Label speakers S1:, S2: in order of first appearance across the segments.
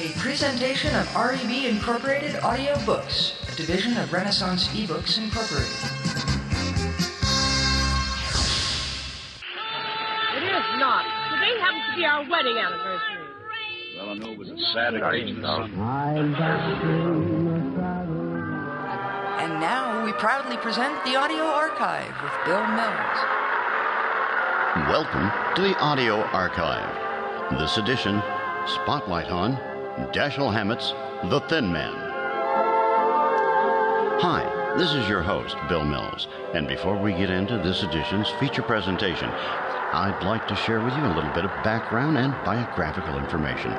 S1: A presentation of REB Incorporated Audio Books, a division of Renaissance eBooks Incorporated.
S2: It is not. Today happens to be our wedding anniversary.
S3: Well, I know it was a sad occasion.
S1: And now we proudly present the audio archive with Bill Mills.
S4: Welcome to the Audio Archive. This edition, Spotlight on Dashiell Hammett's The Thin Man. Hi, this is your host, Bill Mills, and before we get into this edition's feature presentation, I'd like to share with you a little bit of background and biographical information.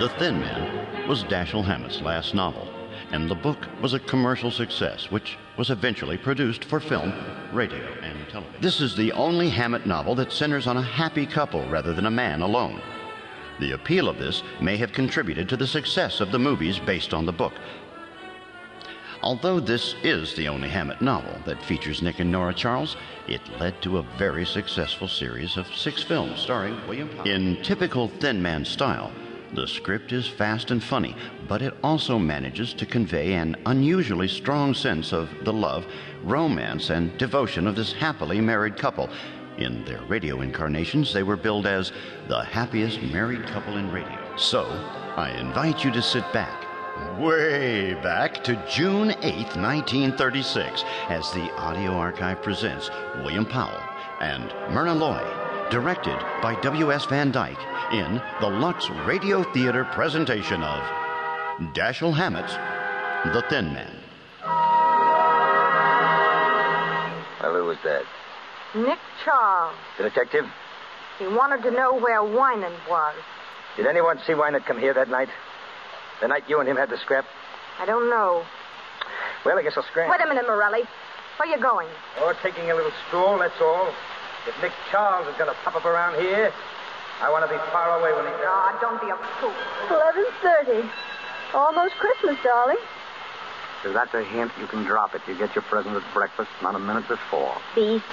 S4: The Thin Man was Dashiell Hammett's last novel, and the book was a commercial success, which was eventually produced for film, radio, and television. This is the only Hammett novel that centers on a happy couple rather than a man alone. The appeal of this may have contributed to the success of the movies based on the book. Although this is the only Hammett novel that features Nick and Nora Charles, it led to a very successful series of six films starring William Powell. In typical Thin Man style, the script is fast and funny, but it also manages to convey an unusually strong sense of the love, romance, and devotion of this happily married couple. In their radio incarnations, they were billed as the happiest married couple in radio. So, I invite you to sit back, way back to June 8, 1936, as the Audio Archive presents William Powell and Myrna Loy, directed by W.S. Van Dyke, in the Lux Radio Theater presentation of Dashiell Hammett's The Thin Man.
S3: Well, who was that?
S5: Nick Charles.
S3: The detective?
S5: He wanted to know where Winan was.
S3: Did anyone see Wynant come here that night? The night you and him had the scrap?
S5: I don't know.
S3: Well, I guess I'll scram.
S5: Wait a minute, Morelli. Where you going?
S3: Or taking a little stroll, that's all. If Nick Charles is going to pop up around here, I want to be far away when he
S5: Ah, don't be a fool.
S6: 11.30. Almost Christmas, darling.
S3: If that's a hint, you can drop it. You get your present at breakfast, not a minute before.
S6: Beast.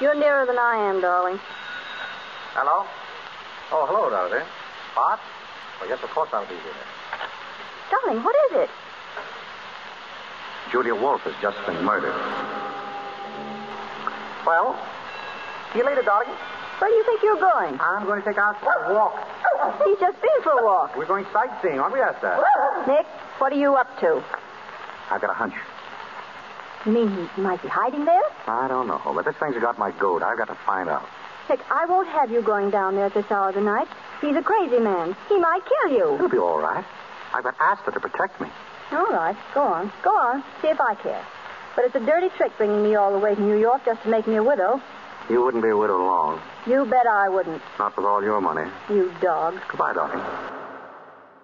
S6: You're nearer than I am, darling.
S3: Hello? Oh, hello, Dorothy. What? Well, yes, of course I'll be here.
S6: Darling, what is it?
S3: Julia Wolf has just been murdered. Well, see you later, darling.
S6: Where do you think you're going?
S3: I'm going to take out for a walk.
S6: He's just been for a walk.
S3: We're going sightseeing, aren't we, Esther?
S6: Nick, what are you up to?
S3: I've got a hunch.
S6: You mean he might be hiding there?
S3: I don't know, but this thing's got my goat. I've got to find out.
S6: Nick, I won't have you going down there at this hour of the night. He's a crazy man. He might kill you.
S3: It'll be all right. I've got Asta to protect me.
S6: All right, go on. Go on. See if I care. But it's a dirty trick bringing me all the way to New York just to make me a widow.
S3: You wouldn't be a widow long.
S6: You bet I wouldn't,
S3: Not with all your money.
S6: you dog.
S3: Goodbye, darling.